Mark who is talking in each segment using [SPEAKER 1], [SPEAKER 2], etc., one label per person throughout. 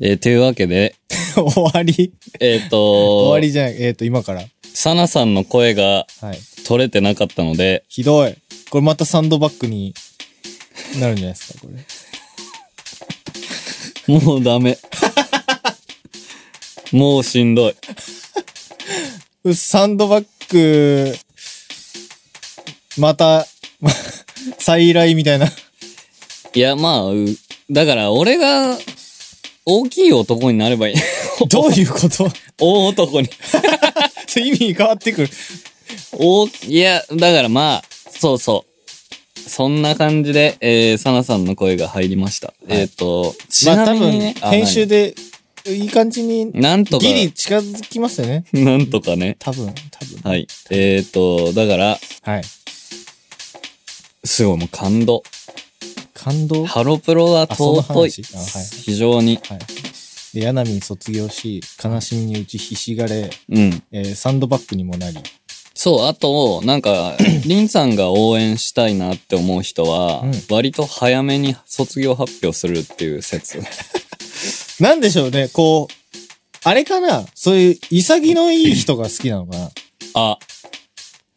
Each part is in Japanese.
[SPEAKER 1] えーというわけで、
[SPEAKER 2] 終わり
[SPEAKER 1] えっ、と、
[SPEAKER 2] 終わりじゃない。えっ、と、今から。
[SPEAKER 1] サナさんの声が
[SPEAKER 2] はい。
[SPEAKER 1] 取れてなかったので、
[SPEAKER 2] ひどい。これまたサンドバッグになるんじゃないですか、これ。
[SPEAKER 1] もうダ メ。もうしんどい。
[SPEAKER 2] うっサンドバッグ、また、 ま再来みたいな。
[SPEAKER 1] いや、まあ、うだから俺が大きい男になればいい。
[SPEAKER 2] どういうこと
[SPEAKER 1] 大男に。
[SPEAKER 2] 意味変わってくる。
[SPEAKER 1] 大、いや、だからまあ、そうそう。そんな感じで、えー、サナさんの声が入りました。えっ、と、ち
[SPEAKER 2] まあ
[SPEAKER 1] な
[SPEAKER 2] 多
[SPEAKER 1] み
[SPEAKER 2] 分
[SPEAKER 1] にね、、あ
[SPEAKER 2] 編集で、いい感じに、
[SPEAKER 1] 何なんとか、
[SPEAKER 2] ギリ近づきますよね。
[SPEAKER 1] なんとかね。
[SPEAKER 2] 多分、多分。
[SPEAKER 1] はい。えっ、と、だから、
[SPEAKER 2] はい。
[SPEAKER 1] すごいもう感動。
[SPEAKER 2] 感動は
[SPEAKER 1] ハロプロは
[SPEAKER 2] あそんな
[SPEAKER 1] 尊い。
[SPEAKER 2] 話あはい
[SPEAKER 1] 非常に。
[SPEAKER 2] い。で、柳に卒業し、悲しみに打ちひしがれ、
[SPEAKER 1] うん。
[SPEAKER 2] えーサンドバッグにもなり。
[SPEAKER 1] そう、あと、なん か、リンさんが応援したいなって思う人は、
[SPEAKER 2] うん
[SPEAKER 1] 割と早めに卒業発表するっていう説。
[SPEAKER 2] なんでしょうね、こう、あれかなそういう潔のいい人が好きなのかな
[SPEAKER 1] あ、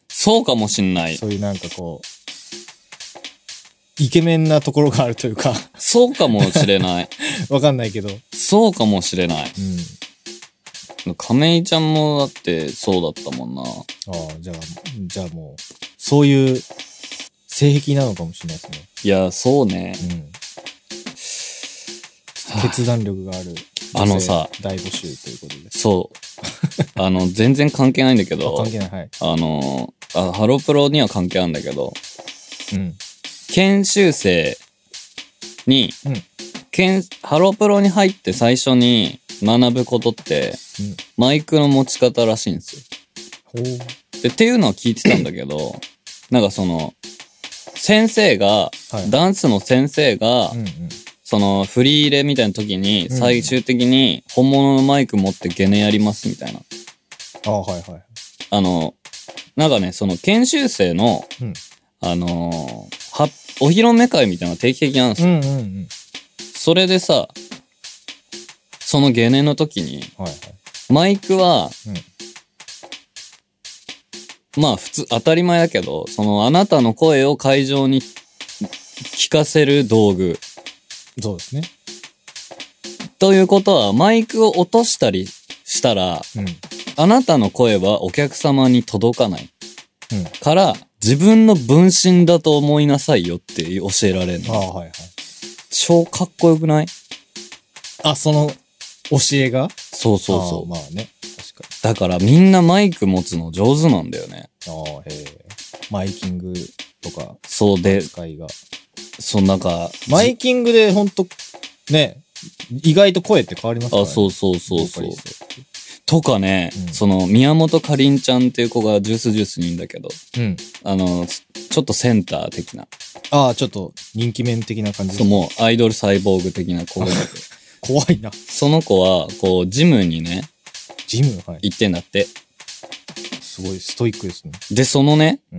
[SPEAKER 1] そうかもしんない。
[SPEAKER 2] そういうなんかこう、イケメンなところがあるというか、
[SPEAKER 1] そうかもしれない。
[SPEAKER 2] わかんないけど。
[SPEAKER 1] そうかもしれない。
[SPEAKER 2] うん。
[SPEAKER 1] 亀井ちゃんもだってそうだったもんな。
[SPEAKER 2] ああ、じゃあ、じゃあもう、そういう性癖なのかもしれないですね。
[SPEAKER 1] いや、そうね。
[SPEAKER 2] うん。決断力がある。
[SPEAKER 1] あのさ、
[SPEAKER 2] 大募集ということです。
[SPEAKER 1] そう。あの、全然関係ないんだけ
[SPEAKER 2] あ、
[SPEAKER 1] ど
[SPEAKER 2] 関、係ない。はい。
[SPEAKER 1] あの、あハロプロには関係あるんだけど、
[SPEAKER 2] うん。
[SPEAKER 1] 研修生に、
[SPEAKER 2] うん
[SPEAKER 1] 研ハロプロに入って最初に学ぶことって、
[SPEAKER 2] うん
[SPEAKER 1] マイクの持ち方らしいんですよ。
[SPEAKER 2] ほう。
[SPEAKER 1] で、っていうのは聞いてたんだけ ど、なんかその、先生が、
[SPEAKER 2] はい
[SPEAKER 1] ダンスの先生が、
[SPEAKER 2] うんうん。
[SPEAKER 1] その、振り入れみたいな時に、
[SPEAKER 2] うん
[SPEAKER 1] 最終的に、本物のマイク持ってゲネやりますみたいな。
[SPEAKER 2] ああ、はいはい。
[SPEAKER 1] あの、なんかね、その、研修生の、
[SPEAKER 2] うん
[SPEAKER 1] あのーは、お披露目会みたいなのが定期的なんですよ
[SPEAKER 2] うんうんうん。
[SPEAKER 1] それでさ、そのゲネの時に、
[SPEAKER 2] はいはい。
[SPEAKER 1] マイクは、
[SPEAKER 2] う
[SPEAKER 1] まあ普通、当たり前だけど、そのあなたの声を会場に聞かせる道具。
[SPEAKER 2] ん。そうですね。
[SPEAKER 1] ということは、マイクを落としたりしたら、
[SPEAKER 2] うん。
[SPEAKER 1] あなたの声はお客様に届かない。
[SPEAKER 2] うん
[SPEAKER 1] から、自分の分身だと思いなさいよって教えられる
[SPEAKER 2] あ
[SPEAKER 1] の。
[SPEAKER 2] あ、はいはい。
[SPEAKER 1] 超かっこよくない
[SPEAKER 2] あ、その、教えが
[SPEAKER 1] そうそう
[SPEAKER 2] あ
[SPEAKER 1] そ
[SPEAKER 2] ー
[SPEAKER 1] う。
[SPEAKER 2] まあね。確か
[SPEAKER 1] だからみんなマイク持つの上手なんだよね。
[SPEAKER 2] に。ああ、へえ。マイキングとか、
[SPEAKER 1] そうで、
[SPEAKER 2] 使いが。
[SPEAKER 1] そのなんか、
[SPEAKER 2] マイキングでほんと、ね、意外と声って変わりますから
[SPEAKER 1] あ、
[SPEAKER 2] ね。
[SPEAKER 1] そうそうそうそう
[SPEAKER 2] ボーカリ。ス
[SPEAKER 1] とかね、
[SPEAKER 2] うん
[SPEAKER 1] その、宮本かりんちゃんっていう子がジュースジュースにいんだけど、
[SPEAKER 2] トうん。
[SPEAKER 1] あの、ちちょっとセンター的な、
[SPEAKER 2] ああ、ちょっと人気面的な感じ
[SPEAKER 1] そうもうアイドルサイボーグ的な子 がいて、
[SPEAKER 2] 怖いな。
[SPEAKER 1] その子は、こう、ジムにね、
[SPEAKER 2] ジムはい。
[SPEAKER 1] 行ってんだって。
[SPEAKER 2] すごいストイックですね。
[SPEAKER 1] で、そのね、
[SPEAKER 2] うん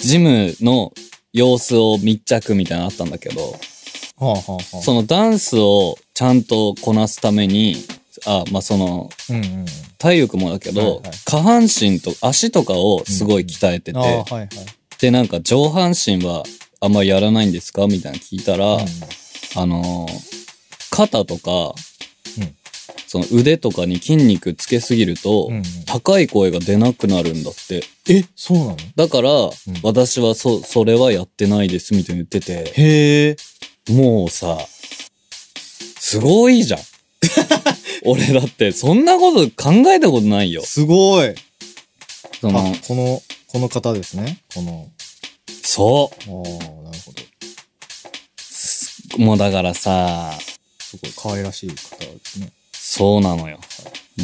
[SPEAKER 1] ジムの様子を密着みたいなのあったんだけど、
[SPEAKER 2] はあはあはあ。
[SPEAKER 1] そのダンスをちゃんとこなすために、あ、まあ、その、
[SPEAKER 2] う。うんうんうん。
[SPEAKER 1] 体力もだけど、
[SPEAKER 2] はいはい
[SPEAKER 1] 下半身と足とかをすごい鍛えてて、
[SPEAKER 2] ああ、はいはい。
[SPEAKER 1] で、なんか上半身はあんまりやらないんですかみたいなの聞いたら、
[SPEAKER 2] うん
[SPEAKER 1] あのー肩とか、
[SPEAKER 2] うん
[SPEAKER 1] その腕とかに筋肉つけすぎると、
[SPEAKER 2] うんうん
[SPEAKER 1] 高い声が出なくなるんだって。
[SPEAKER 2] え、そうなの
[SPEAKER 1] だから、
[SPEAKER 2] ん
[SPEAKER 1] 私はそ、それはやってないです、みたいに言ってて、
[SPEAKER 2] へえ。
[SPEAKER 1] もうさ、すごいじゃ ん。俺だって、そんなこと考えたことないよ。
[SPEAKER 2] すごい。
[SPEAKER 1] そ
[SPEAKER 2] あ
[SPEAKER 1] の、、
[SPEAKER 2] この、この方ですね。この、
[SPEAKER 1] そ
[SPEAKER 2] ああ、なるほど。
[SPEAKER 1] う。もうだからさ、
[SPEAKER 2] すごい可愛らしい方ですね。
[SPEAKER 1] そうなのよ。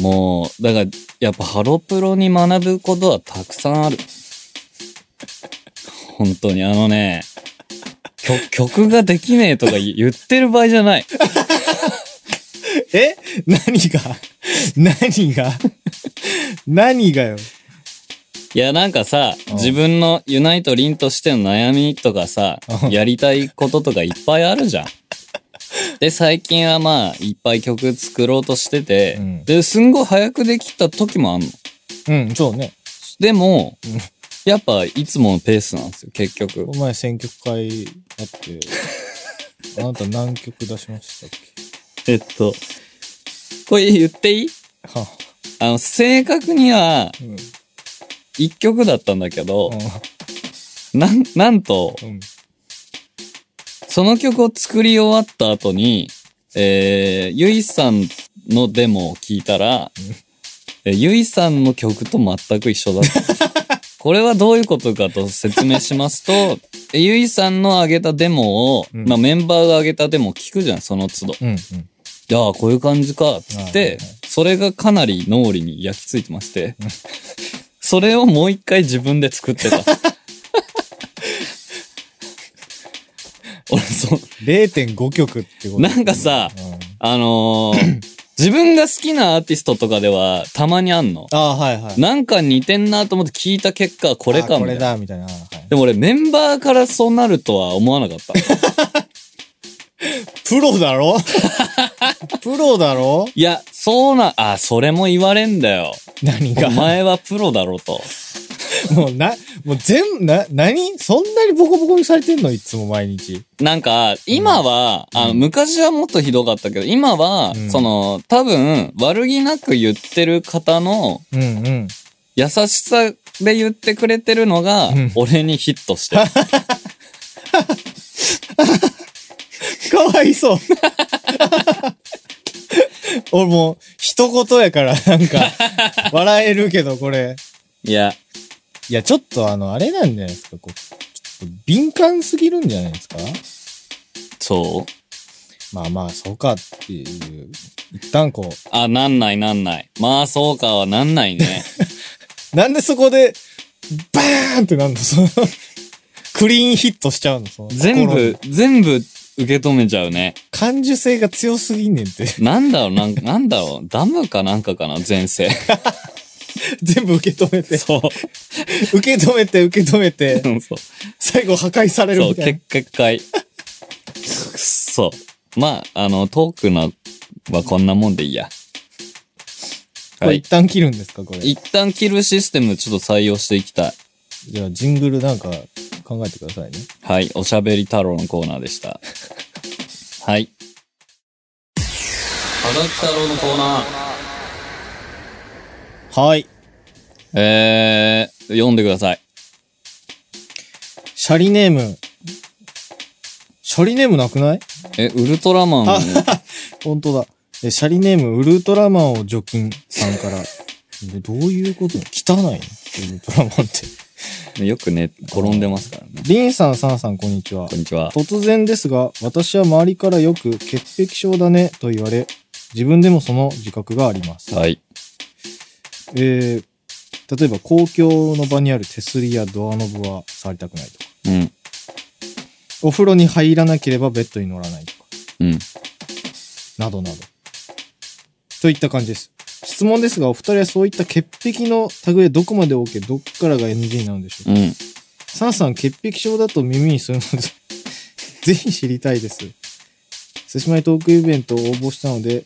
[SPEAKER 1] もう、だから、やっぱハロプロに学ぶことはたくさんある。本当に、あのね、曲、曲ができねえとか言言ってる場合じゃない。
[SPEAKER 2] え何が 何が何がよ。
[SPEAKER 1] いや、なんかさ
[SPEAKER 2] う、ん
[SPEAKER 1] 自分のユナイトリンとしての悩みとかさ
[SPEAKER 2] う、ん
[SPEAKER 1] やりたいこととかいっぱいあるじゃん。で、最近はまあ、いっぱい曲作ろうとしてて、
[SPEAKER 2] うん
[SPEAKER 1] で、すんごい早くできた時もあんの。
[SPEAKER 2] うん、そうね。
[SPEAKER 1] でも
[SPEAKER 2] うん、
[SPEAKER 1] やっぱ、いつものペースなんですよ、結局
[SPEAKER 2] こ。の前選曲会あ って、あなた何曲出しましたっ
[SPEAKER 1] えっと、これ言っていい
[SPEAKER 2] けは
[SPEAKER 1] あの、正確には、
[SPEAKER 2] うん。うん
[SPEAKER 1] 一曲だったんだけど、なん、なんと、
[SPEAKER 2] うん。
[SPEAKER 1] その曲を作り終わった後に、えー、ゆいさんのデモを聞いたら、えゆいさんの曲と全く一緒だった。 これはどういうことかと説明しますと、えゆいさんの上げたデモを、
[SPEAKER 2] うん
[SPEAKER 1] まあメンバーが上げたデモを聞くじゃん、その都度。
[SPEAKER 2] うん。
[SPEAKER 1] じゃあ、こういう感じか、つっ
[SPEAKER 2] はいはい
[SPEAKER 1] て、それがかなり脳裏に焼き付いてま して、それをもう一回自分で作ってた。 俺、そう、
[SPEAKER 2] 0.5曲ってこと
[SPEAKER 1] なんかさ
[SPEAKER 2] うん
[SPEAKER 1] あの ー自分が好きなアーティストとかではたまにあんの。
[SPEAKER 2] ああ、はいはい。
[SPEAKER 1] なんか似てんなと思って聞いた結果、これ
[SPEAKER 2] あ
[SPEAKER 1] か
[SPEAKER 2] ーこ
[SPEAKER 1] みた
[SPEAKER 2] れ
[SPEAKER 1] いな。
[SPEAKER 2] だ、みたいな。あーはい
[SPEAKER 1] でも俺、メンバーからそうなるとは思わなかった。
[SPEAKER 2] プロだ ろプロだろ
[SPEAKER 1] いや、そうな、あ、それも言われんだよ。
[SPEAKER 2] 何
[SPEAKER 1] お
[SPEAKER 2] が
[SPEAKER 1] 前はプロだろと。
[SPEAKER 2] もうな、もう全部、な、何そんなにボコボコにされてんのいつも毎日。
[SPEAKER 1] なんか、今は、
[SPEAKER 2] うん
[SPEAKER 1] あの、昔はもっとひどかったけど、今は、
[SPEAKER 2] うん
[SPEAKER 1] その、多分、悪気なく言ってる方の、
[SPEAKER 2] うんうん。
[SPEAKER 1] 優しさで言ってくれてるのが、
[SPEAKER 2] うん
[SPEAKER 1] 俺にヒット してる。
[SPEAKER 2] かわいそう。 俺もう、一言やから、なんか、笑えるけど、これ。
[SPEAKER 1] いや、
[SPEAKER 2] いや、ちょっとあの、あれなんじゃないですか、こう、ちょっと敏感すぎるんじゃないですか
[SPEAKER 1] そう
[SPEAKER 2] まあまあ、そうかっていう。一旦こ
[SPEAKER 1] あ、なんないなんない。まあ、そうかはなんない ね。
[SPEAKER 2] う、なんでそこで、バーンってなんのその、クリーンヒットしちゃうのその
[SPEAKER 1] 全
[SPEAKER 2] 心に
[SPEAKER 1] 部、全部受け止めちゃうね。
[SPEAKER 2] 感受性が強すぎんねんって。
[SPEAKER 1] なんだろう、なん、なんだろう、ダムかなんかかな、前 世。
[SPEAKER 2] 全部受け止めて、
[SPEAKER 1] そう。
[SPEAKER 2] 受け止めて、受け止めて、
[SPEAKER 1] うんそう。
[SPEAKER 2] 最後破壊される
[SPEAKER 1] そう、
[SPEAKER 2] みたいな
[SPEAKER 1] 結。結界。くっそ。まあ、あの、トークのはこんなもんでいいや。
[SPEAKER 2] こ
[SPEAKER 1] は
[SPEAKER 2] れ
[SPEAKER 1] い。
[SPEAKER 2] 一旦切るんですかこれ。
[SPEAKER 1] 一旦切るシステムちょっと採用していきたい。
[SPEAKER 2] じゃあ、ジングルなんか考えてくださいね。
[SPEAKER 1] はい。おしゃべり太郎のコーナーで した。はい。はがき太郎のコーナー。
[SPEAKER 2] はい。
[SPEAKER 1] えー、読んでください。
[SPEAKER 2] シャリネーム。シャリネームなくない
[SPEAKER 1] え、ウルトラマン。
[SPEAKER 2] あ 本当だ。えシャリネーム、ウルトラマンを除菌さんから。でどういうこと汚いのウルトラマンって。
[SPEAKER 1] よくね、転んでますからね。
[SPEAKER 2] リンさん、サナさん、こんにちは
[SPEAKER 1] こ。んにちは。
[SPEAKER 2] 突然ですが、私は周りからよく潔癖症だねと言われ、自分でもその自覚があります。
[SPEAKER 1] はい。
[SPEAKER 2] えー例えば公共の場にある手すりやドアノブは触りたくないとか、
[SPEAKER 1] うん。
[SPEAKER 2] お風呂に入らなければベッドに乗らないとか、
[SPEAKER 1] うん。
[SPEAKER 2] などなど。といった感じです。質問ですが、お二人はそういった潔癖の類はどこまで OK、どっからが NG なのでしょうか、
[SPEAKER 1] うん。
[SPEAKER 2] サンさん潔癖症だと耳にするので、 ぜひ知りたいです。寿司前トークイベントを応募したので、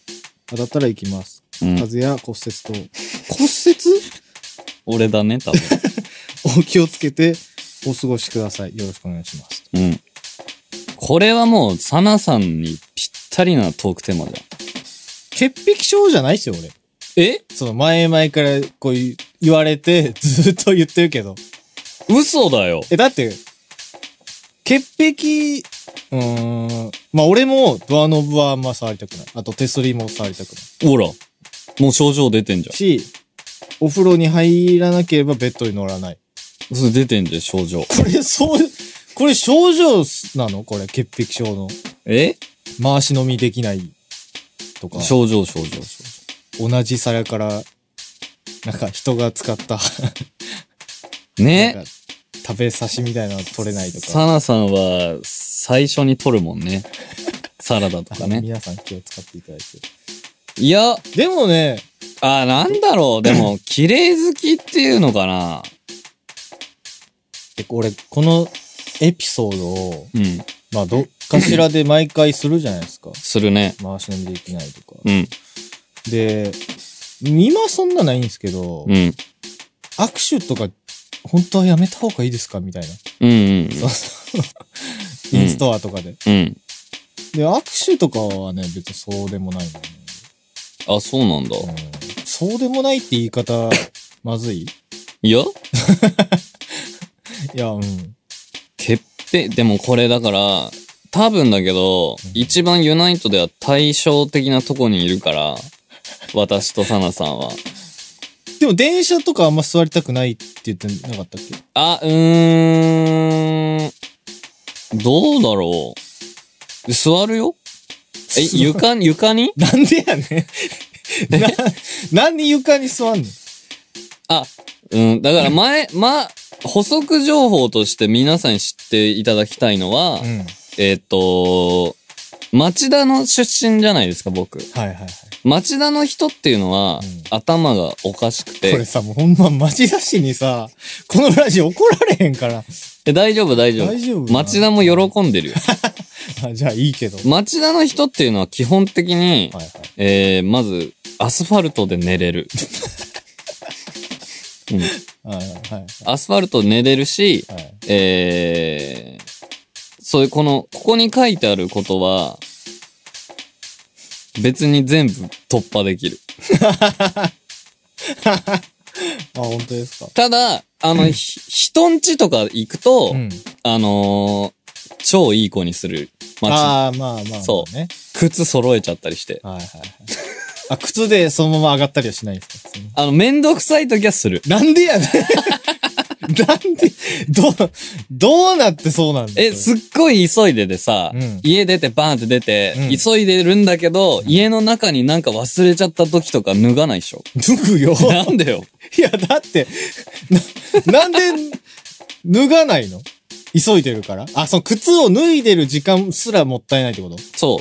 [SPEAKER 2] 当たったら行きます。
[SPEAKER 1] うん。
[SPEAKER 2] 風邪や骨折と。骨折
[SPEAKER 1] 俺だね、多分。
[SPEAKER 2] お気をつけてお過ごしください。よろしくお願いします。
[SPEAKER 1] うん。これはもう、サナさんにぴったりなトークテーマじ
[SPEAKER 2] 潔癖症じゃないですよ、俺。
[SPEAKER 1] ゃん。え
[SPEAKER 2] その前々からこういう言われて、 ずっと言ってるけど。
[SPEAKER 1] 嘘だよ。
[SPEAKER 2] え、だって、潔癖、うーん、まあ俺もドアノブはあんま触りたくない。あと手すりも触りたくない。
[SPEAKER 1] ほら。もう症状出てんじゃ
[SPEAKER 2] し、お風呂に入らなければベッドに乗らない。
[SPEAKER 1] ん。それ出てんじゃん、症状。
[SPEAKER 2] これ、そう、これ症状なのこれ、潔癖症の。
[SPEAKER 1] え
[SPEAKER 2] 回し飲みできないとか。
[SPEAKER 1] 症状、症状、症
[SPEAKER 2] 同じ皿から、なんか人が使った、
[SPEAKER 1] 状。
[SPEAKER 2] な
[SPEAKER 1] ね
[SPEAKER 2] んか食べ差しみたいなの取れないとか。
[SPEAKER 1] サナさんは、最初に取るもん ね。サラダとか
[SPEAKER 2] あの
[SPEAKER 1] ね。
[SPEAKER 2] 皆さん気を使っていただいて。
[SPEAKER 1] いや、
[SPEAKER 2] でもね、
[SPEAKER 1] あ、なんだろう。でも、綺麗好きっていうのかな。
[SPEAKER 2] え俺、このエピソードを
[SPEAKER 1] うん。
[SPEAKER 2] まあ、どっかしらで毎回するじゃないですか。
[SPEAKER 1] するね。
[SPEAKER 2] 回し飲みできないとか。
[SPEAKER 1] うん。
[SPEAKER 2] で、今そんなないんですけど、
[SPEAKER 1] うん。
[SPEAKER 2] 握手とか、本当はやめた方がいいですかみたいな。
[SPEAKER 1] うんうん。
[SPEAKER 2] そうそう。インストアとかで。
[SPEAKER 1] うん。
[SPEAKER 2] で、握手とかはね、別にそうでもないもんね。
[SPEAKER 1] あ、そうなんだ。
[SPEAKER 2] うんそうでもないって言い方、まずいい
[SPEAKER 1] いや
[SPEAKER 2] や、うん。
[SPEAKER 1] てっぺん、でもこれだから、多分だけど、一番ユナイトでは対照的なとこにいるから、私とサナさんは。
[SPEAKER 2] でも電車とかあんま座りたくないって言ってなかったっけ
[SPEAKER 1] あ、うーん。どうだろう。座るよ え、床、床に
[SPEAKER 2] なんでや ねん。な、なんで床に座んの
[SPEAKER 1] あ、うん。だから前、ま、補足情報として皆さんに知っていただきたいのは、
[SPEAKER 2] うん。
[SPEAKER 1] えっ、と、町田の出身じゃないですか、僕。
[SPEAKER 2] はいはいはい。
[SPEAKER 1] 町田の人っていうのは、
[SPEAKER 2] うん
[SPEAKER 1] 頭がおかしく
[SPEAKER 2] これ
[SPEAKER 1] て。
[SPEAKER 2] さ、もうほんま町田市にさ、このラジオ怒られへんから。
[SPEAKER 1] え大丈夫、大丈夫。
[SPEAKER 2] 大丈夫
[SPEAKER 1] 町田も喜んで るよ。
[SPEAKER 2] あじゃあいいけど。はい
[SPEAKER 1] 町田の人っていうのは基本的に、
[SPEAKER 2] はい。
[SPEAKER 1] えー、まず、アスファルトで寝れる。 うん、
[SPEAKER 2] はいはい
[SPEAKER 1] アスファルトで寝れるし、
[SPEAKER 2] はい。
[SPEAKER 1] えー、そういうこの、ここに書いてあることは、別に全部突破できる。
[SPEAKER 2] あ、本当ですか。
[SPEAKER 1] ただ、あの、ひ人んちとか行くと、
[SPEAKER 2] うん。
[SPEAKER 1] あのー超いい子にする街。
[SPEAKER 2] ああ、まあまあまあ。。
[SPEAKER 1] そう
[SPEAKER 2] ね。
[SPEAKER 1] 靴揃えちゃったりして。
[SPEAKER 2] はいはいはい。あ、靴でそのまま上がったりはしないんですかその
[SPEAKER 1] あの、めんどくさい時はする。
[SPEAKER 2] なんでや ねん。なんで、どう、どうなってそうなんだ
[SPEAKER 1] え、すっごい急いででさ、
[SPEAKER 2] うん
[SPEAKER 1] 家出てバーンって出て、
[SPEAKER 2] うん
[SPEAKER 1] 急いでるんだけど、家の中になんか忘れちゃった時とか脱がないでしょ。
[SPEAKER 2] 脱ぐ よ。
[SPEAKER 1] なんでよ。
[SPEAKER 2] いや、だって、な、なんで、脱がないの急いでるからあ、その靴を脱いでる時間すらもったいないってこと
[SPEAKER 1] そ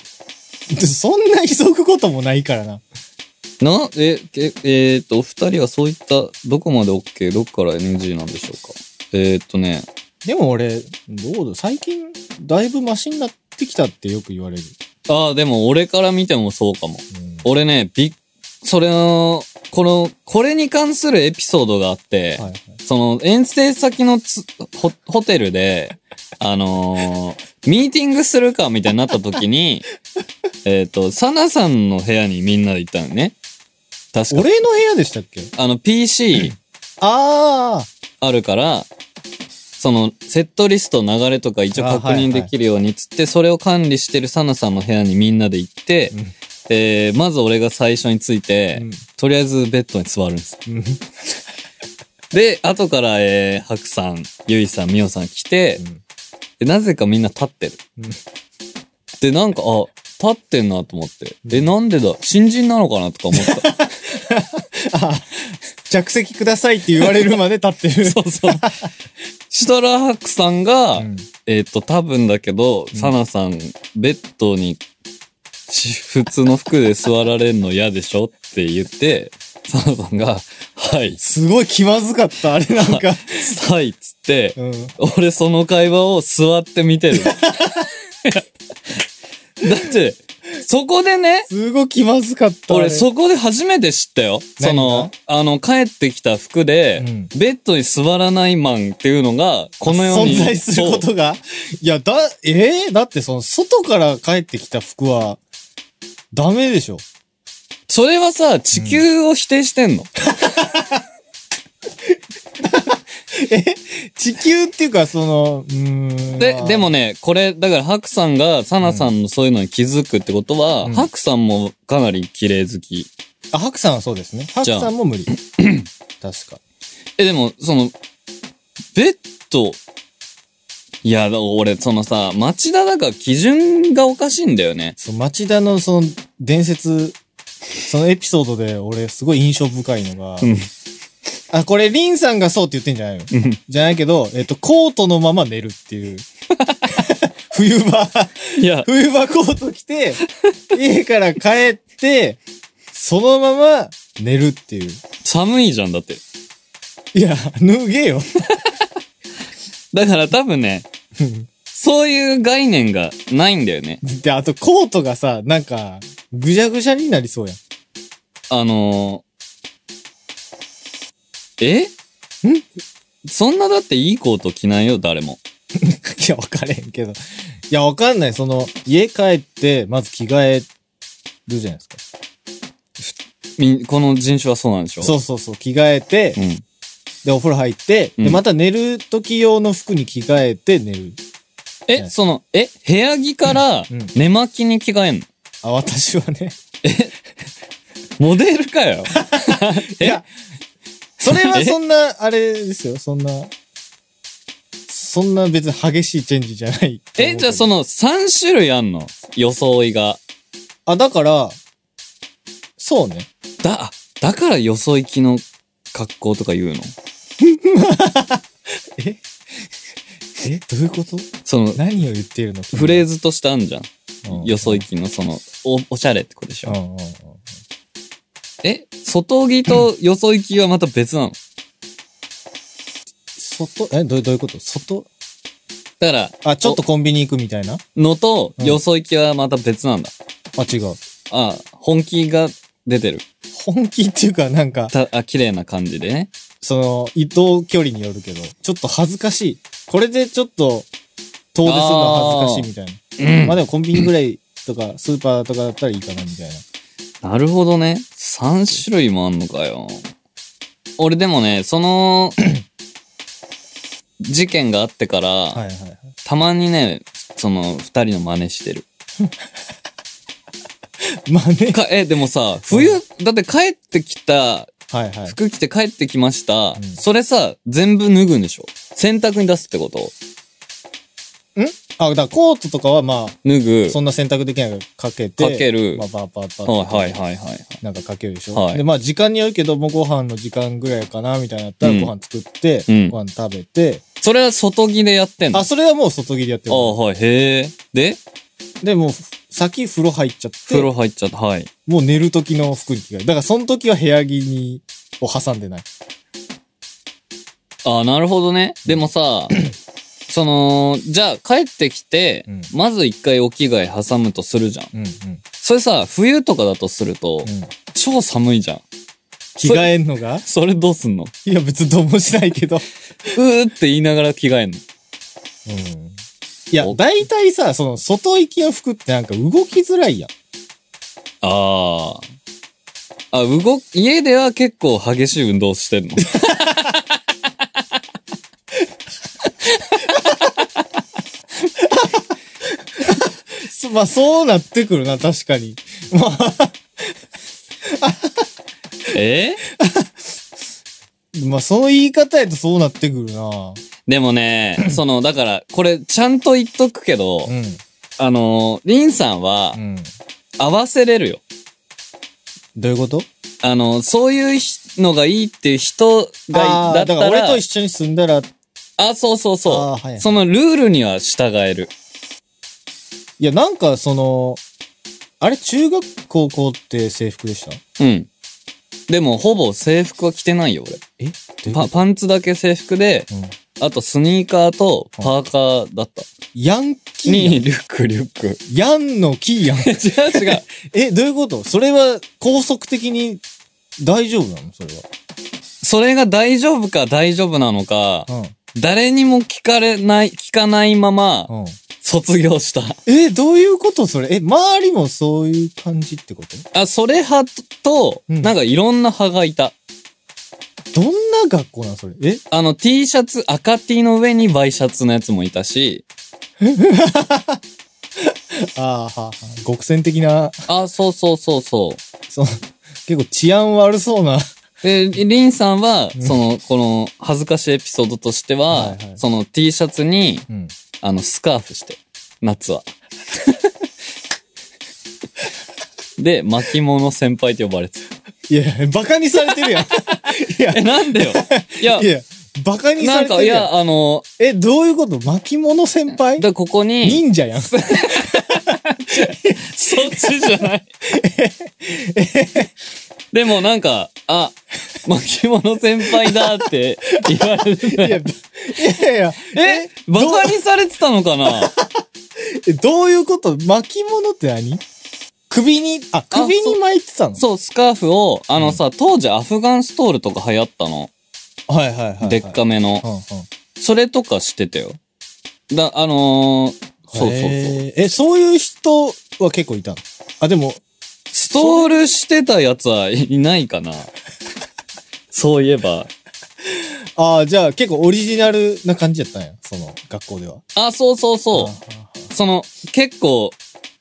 [SPEAKER 2] そんな急ぐこともないからな。
[SPEAKER 1] う。な、え、え、えーっと、お二人はそういった、どこまで OK、どこから NG なんでしょうか。えーっとね、
[SPEAKER 2] でも俺、どうだ、最近、だいぶマシになってきたってよく言われる。
[SPEAKER 1] ああ、でも俺から見てもそうかも。
[SPEAKER 2] うん
[SPEAKER 1] 俺ね、びっ、それの、この、これに関するエピソードがあって、
[SPEAKER 2] はいはい。
[SPEAKER 1] その、遠征先のつホホテルで、あのーミーティングするかみたいになった時 に、えっと、サナさんの部屋にみんなで行ったのね。確か。
[SPEAKER 2] 俺の部屋でしたっけ
[SPEAKER 1] あの、PC
[SPEAKER 2] あ
[SPEAKER 1] あるから、その、セットリスト流れとか一応確
[SPEAKER 2] あはいは
[SPEAKER 1] 認
[SPEAKER 2] い
[SPEAKER 1] できるようにっつって、それを管理してるサナさんの部屋にみんなで行って
[SPEAKER 2] うん、
[SPEAKER 1] えーまず俺が最初につい
[SPEAKER 2] あ。
[SPEAKER 1] て、とりあえずベッドに座るんです。
[SPEAKER 2] うん。
[SPEAKER 1] で、後から、えー、ハクさん、ユイさん、ミオさん来て、で、なぜかみんな立ってる。
[SPEAKER 2] うん
[SPEAKER 1] で、なんか、あ、立ってんなと思って。え、なんでだ新人なのかなとか 思った。
[SPEAKER 2] あ着席くださいって言われるまで立ってる。
[SPEAKER 1] そうそう。したら、ハクさんが、
[SPEAKER 2] うん
[SPEAKER 1] えっ、と、多分だけど、
[SPEAKER 2] うん
[SPEAKER 1] サナさん、ベッドに、し普通の服で座られんの嫌でしょって言って、サナさんが、はい、
[SPEAKER 2] すごい気まずかった、あれなんか。
[SPEAKER 1] はい、っつって、
[SPEAKER 2] うん。
[SPEAKER 1] 俺その会話を座って見 てる。だって、そこでね、
[SPEAKER 2] すごい気まずかった。あ
[SPEAKER 1] 俺
[SPEAKER 2] れ
[SPEAKER 1] そこで初めて知ったよ。そ
[SPEAKER 2] 何が
[SPEAKER 1] の、あの、帰ってきた服で、
[SPEAKER 2] うん
[SPEAKER 1] ベッドに座らないマンっていうのが、この世に。
[SPEAKER 2] 存在するこ
[SPEAKER 1] そう
[SPEAKER 2] とが。いや、だ、えーだってその、外から帰ってきた服は、ダメでしょ。
[SPEAKER 1] それはさ、地球を否定してんの。
[SPEAKER 2] 地球っていうか、その、うーん。
[SPEAKER 1] で
[SPEAKER 2] まあ、
[SPEAKER 1] でも、ね、これ、だから、ハクさんが、サナさんのそういうのに気づくってことは、
[SPEAKER 2] うん
[SPEAKER 1] ハクさんもかなり綺麗好き。
[SPEAKER 2] あ、ハクさんはそうですね。ハク
[SPEAKER 1] じゃあ
[SPEAKER 2] さんも 無理。確か。
[SPEAKER 1] え、でも、その、ベッド、いや、俺、そのさ、町田だから基準がおかしいんだよね。
[SPEAKER 2] そう、町田のその、伝説、そのエピソードで、俺、すごい印象深いのが、
[SPEAKER 1] うん
[SPEAKER 2] あ、これ、リンさんがそうって言ってんじゃないよ。じゃないけど、えっと、コートのまま寝るっ ていう。 冬場。
[SPEAKER 1] い や、
[SPEAKER 2] 冬場コート着て、家から帰って、そのまま寝るっていう。
[SPEAKER 1] 寒いじゃん、だって。
[SPEAKER 2] いや、脱げよ。
[SPEAKER 1] だから多分ね、そういう概念がないんだよね。
[SPEAKER 2] で、あとコートがさ、なんか、ぐじゃぐじゃになりそうやん。
[SPEAKER 1] あのー、えんそんなだっていいコート着ないよ、誰も。
[SPEAKER 2] いや、わかれへんけど。いや、わかんない。その、家帰って、まず着替えるじゃないですか。
[SPEAKER 1] みんこの人種はそうなんでしょ
[SPEAKER 2] そうそうそう、着替えて、
[SPEAKER 1] うん。
[SPEAKER 2] で、お風呂入って、
[SPEAKER 1] う
[SPEAKER 2] で、
[SPEAKER 1] ん
[SPEAKER 2] また寝る時用の服に着替えて寝る。
[SPEAKER 1] え、
[SPEAKER 2] ね
[SPEAKER 1] その、え、部屋着から
[SPEAKER 2] うん
[SPEAKER 1] 寝巻きに着替えんの、
[SPEAKER 2] あ、私はね。
[SPEAKER 1] モデルかよ。
[SPEAKER 2] いや、それは
[SPEAKER 1] え
[SPEAKER 2] そんな、あれですよ、そんな、そんな別に激しいチェンジじゃない。
[SPEAKER 1] え、じゃあそ
[SPEAKER 2] の。
[SPEAKER 1] の3種類あんの装いが。
[SPEAKER 2] あ、だから、そうね。
[SPEAKER 1] だ、あだから装い着の格好とか言うの
[SPEAKER 2] え、どういうこと
[SPEAKER 1] その、
[SPEAKER 2] 何を言っているの
[SPEAKER 1] フレー
[SPEAKER 2] ズ、
[SPEAKER 1] ズとしてあんじゃん。装い着のその、お、おしゃれってことでし
[SPEAKER 2] うん
[SPEAKER 1] ょ。
[SPEAKER 2] うんうん。
[SPEAKER 1] え、外着と装い着はまた別なの
[SPEAKER 2] 外、え、どうどういうこと外
[SPEAKER 1] だから、
[SPEAKER 2] あ、ちょっとコンビニ行くみたいな
[SPEAKER 1] おのと
[SPEAKER 2] うん
[SPEAKER 1] 装い着はまた別なんだ。
[SPEAKER 2] あ、違う。
[SPEAKER 1] あ、本気が出てる。
[SPEAKER 2] 本気っていうか、なんか、
[SPEAKER 1] た、あ、綺麗な感じでね。
[SPEAKER 2] その、移動距離によるけど、ちょっと恥ずかしい。これでちょっと、遠出するのは恥ずかしいみたいな。
[SPEAKER 1] うん
[SPEAKER 2] まあ。でもコンビニぐらいとか、スーパーとかだったらいいかなみたいな。
[SPEAKER 1] なるほどね。3種類もあんのかよ。俺でもね、その、 事件があってから、
[SPEAKER 2] はいはいはい。
[SPEAKER 1] たまにね、その、二人の真似してる。
[SPEAKER 2] まあね。
[SPEAKER 1] か、え、でもさ、冬、だって帰ってきた、
[SPEAKER 2] はいはい。
[SPEAKER 1] 服着て帰ってきました。
[SPEAKER 2] うん
[SPEAKER 1] それさ、全部脱ぐんでしょ洗濯に出すってこと
[SPEAKER 2] あ、だからコートとかはま
[SPEAKER 1] 脱
[SPEAKER 2] あ、
[SPEAKER 1] ぐ。
[SPEAKER 2] そんな選択できないからかけて。
[SPEAKER 1] かける
[SPEAKER 2] まあ、バーバーバー。
[SPEAKER 1] はいはいはいはい。
[SPEAKER 2] なんかかけるでしょ、
[SPEAKER 1] はい
[SPEAKER 2] で、まあ時間によるけど、もうご飯の時間ぐらいかなみたいになった
[SPEAKER 1] う
[SPEAKER 2] ら
[SPEAKER 1] ん
[SPEAKER 2] ご飯作って、
[SPEAKER 1] うん
[SPEAKER 2] ご飯食べて、
[SPEAKER 1] それは外着でやってんの
[SPEAKER 2] あ、それはもう外着でやって
[SPEAKER 1] あ
[SPEAKER 2] る。
[SPEAKER 1] あ、はい、へえ。で、
[SPEAKER 2] で、もう先風呂入っちゃって、
[SPEAKER 1] 風呂入っちゃった。はい。
[SPEAKER 2] もう寝る時の服に着替える。だからその時は部屋着に、を挟んでない。
[SPEAKER 1] ああ、なるほどね。でも さ、その、じゃあ帰ってきて、
[SPEAKER 2] うん
[SPEAKER 1] まず一回お着替え挟むとするじゃん。
[SPEAKER 2] うんうん。
[SPEAKER 1] それさ、冬とかだとすると、超寒いじゃん。
[SPEAKER 2] 着替えんのが
[SPEAKER 1] それどう すんの
[SPEAKER 2] いや、別にどうもしないけど。
[SPEAKER 1] うーって言いながら着替えんの。
[SPEAKER 2] うん。いや、
[SPEAKER 1] お
[SPEAKER 2] だいたいさ、その、外行きの服ってなんか動きづらいやん。
[SPEAKER 1] ああ。あ、動く、家では結構激しい運動してん の。
[SPEAKER 2] そまあ、そうなってくるな、確かに。まあ、
[SPEAKER 1] え
[SPEAKER 2] まあ、その言い方やとそうなってくるな。
[SPEAKER 1] でもね、その、だから、これ、ちゃんと言っとくけど、
[SPEAKER 2] うん。
[SPEAKER 1] あの、リンさんは
[SPEAKER 2] う、ん。
[SPEAKER 1] 合わせれるよ。
[SPEAKER 2] どういうこと
[SPEAKER 1] あの、そういうひのがいいっていう人が
[SPEAKER 2] あ
[SPEAKER 1] い、
[SPEAKER 2] ー
[SPEAKER 1] だった
[SPEAKER 2] だ
[SPEAKER 1] ら、
[SPEAKER 2] から俺と一緒に住んだら、
[SPEAKER 1] あ、そうそう
[SPEAKER 2] あ
[SPEAKER 1] そ
[SPEAKER 2] ーは
[SPEAKER 1] う。
[SPEAKER 2] い
[SPEAKER 1] そのルールには従える。
[SPEAKER 2] いや、なんかその、あれ、中学、高校って制服でした
[SPEAKER 1] うん。でも、ほぼ制服は着てないよ、俺。
[SPEAKER 2] えどういうこ
[SPEAKER 1] パパンツだけ制服で、
[SPEAKER 2] とうん
[SPEAKER 1] あとスニーカーとパーカーだった。
[SPEAKER 2] ヤンキーやん
[SPEAKER 1] に、リュック、リュック。
[SPEAKER 2] ヤンのキーやん。
[SPEAKER 1] 違う違う。
[SPEAKER 2] え、どういうことそれは高速的に大丈夫なのそれ
[SPEAKER 1] それが大丈夫か大丈夫なのか、
[SPEAKER 2] は。
[SPEAKER 1] 誰にも聞かれない、聞かないまま、
[SPEAKER 2] うん。うん。
[SPEAKER 1] 卒業した。
[SPEAKER 2] え、どういうことそれ。え、周りもそういう感じってこと
[SPEAKER 1] あ、それ派と、
[SPEAKER 2] うん
[SPEAKER 1] なんかいろんな派がいた。
[SPEAKER 2] どんな学校なんそれ。え
[SPEAKER 1] あの、T シャツ、赤 T の上にワイシャツのやつもいたし、
[SPEAKER 2] ああ、はーはー極戦的な、
[SPEAKER 1] あ、そうそうそうそう。
[SPEAKER 2] その、結構治安悪そうな。
[SPEAKER 1] で、リンさんは、
[SPEAKER 2] うん
[SPEAKER 1] その、この、恥ずかしいエピソードとしては、
[SPEAKER 2] はいはい
[SPEAKER 1] その T シャツに、
[SPEAKER 2] うん。
[SPEAKER 1] あの、スカーフして、夏 は。で、巻物先輩と呼ばれてた。
[SPEAKER 2] いや、バカにされてるやん。 いや、
[SPEAKER 1] え、
[SPEAKER 2] い
[SPEAKER 1] なんでよいや、
[SPEAKER 2] や、バカにさ
[SPEAKER 1] な
[SPEAKER 2] れ
[SPEAKER 1] ん
[SPEAKER 2] て
[SPEAKER 1] か、
[SPEAKER 2] る
[SPEAKER 1] い
[SPEAKER 2] やん。
[SPEAKER 1] や、あの、
[SPEAKER 2] え、どういうこと巻物先輩
[SPEAKER 1] だここに、
[SPEAKER 2] 忍者やん。
[SPEAKER 1] そっちじゃない。でもなんか、あ、巻物先輩だって言われて
[SPEAKER 2] いや、
[SPEAKER 1] て。
[SPEAKER 2] いやいや、
[SPEAKER 1] えバカにされてたのかな
[SPEAKER 2] えどういうこと巻物って何首に、あ、首に巻いてたの
[SPEAKER 1] そう、スカーフを、あのさ、当時アフガンストールとか流行ったの。
[SPEAKER 2] はいはいはいはい。
[SPEAKER 1] でっかめの
[SPEAKER 2] う。んうん。
[SPEAKER 1] それとかしてたよ。だ、あのー、そうそうそう。
[SPEAKER 2] へーえ、そういう人は結構いたのあ、でも、
[SPEAKER 1] ストールしてたやつはいないかなそういえば。
[SPEAKER 2] ああ、じゃあ結構オリジナルな感じやったんや。その学校では。
[SPEAKER 1] あ、そうそう
[SPEAKER 2] あー
[SPEAKER 1] そ
[SPEAKER 2] あーあー
[SPEAKER 1] う。その、結構、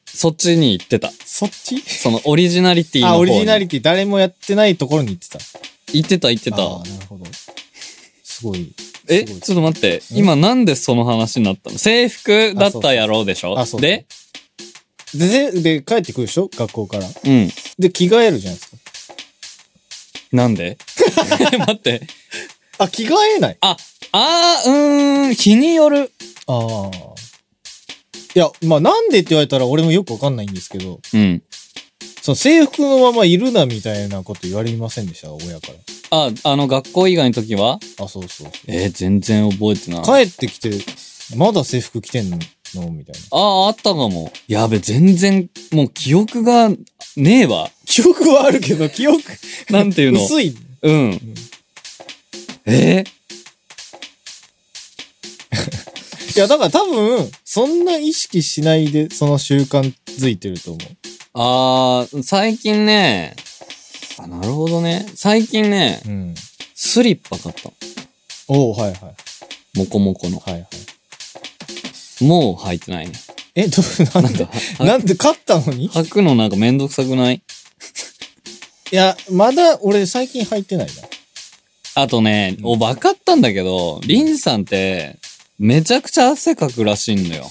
[SPEAKER 1] そっちに行ってた。
[SPEAKER 2] そっち
[SPEAKER 1] その、オリジナリティの
[SPEAKER 2] あ、
[SPEAKER 1] 方
[SPEAKER 2] オ
[SPEAKER 1] に。
[SPEAKER 2] リジナリティ誰もやってないところに行ってた。
[SPEAKER 1] 行ってた行ってた。
[SPEAKER 2] あーなるほど。すごい。
[SPEAKER 1] え、
[SPEAKER 2] すごい
[SPEAKER 1] ちょっと待って。
[SPEAKER 2] ん
[SPEAKER 1] 今なんでその話になったの制服だったやろうでしょ
[SPEAKER 2] あそうそう
[SPEAKER 1] で
[SPEAKER 2] で、で、で帰ってくるでしょ学校から。
[SPEAKER 1] うん。
[SPEAKER 2] で、着替えるじゃないですか。
[SPEAKER 1] なん で待って。
[SPEAKER 2] あ、着替えない
[SPEAKER 1] あー、うーん、日による。
[SPEAKER 2] ああ。いや、まあ、なんでって言われたら俺もよくわかんないんですけど、
[SPEAKER 1] うん。
[SPEAKER 2] その制服のままいるなみたいなこと言われませんでした、親か
[SPEAKER 1] あ、あの、学校以外の時は
[SPEAKER 2] ら。あ、そうそうそう。
[SPEAKER 1] えー、全然覚えてない。
[SPEAKER 2] 帰ってきて、まだ制服着てんのみたいな。
[SPEAKER 1] ああ、あったかも。やべ、全然、もう記憶がねえわ。
[SPEAKER 2] 記憶はあるけ ど、記憶、
[SPEAKER 1] なんていうの。
[SPEAKER 2] 薄い。
[SPEAKER 1] うん。え
[SPEAKER 2] いや、だから多分、そんな意識しないで、その習慣づいてると思
[SPEAKER 1] ああ、最近ね、あ、なるほどね。最近ね
[SPEAKER 2] う。、うん。
[SPEAKER 1] スリッパ買ったの。
[SPEAKER 2] おう、はいはい。
[SPEAKER 1] モコモコの。
[SPEAKER 2] はいはい。
[SPEAKER 1] もう履いてないね。
[SPEAKER 2] え、どう、な
[SPEAKER 1] なんん
[SPEAKER 2] で、
[SPEAKER 1] か、
[SPEAKER 2] なんで勝ったのにい
[SPEAKER 1] 履くのなんかめんどくさくない
[SPEAKER 2] や、まだ俺最近履いてないな。
[SPEAKER 1] あとね、
[SPEAKER 2] う
[SPEAKER 1] お、
[SPEAKER 2] ん
[SPEAKER 1] 分かったんだけど、リンさんって、めちゃくちゃ汗かくらしいんだよ。
[SPEAKER 2] な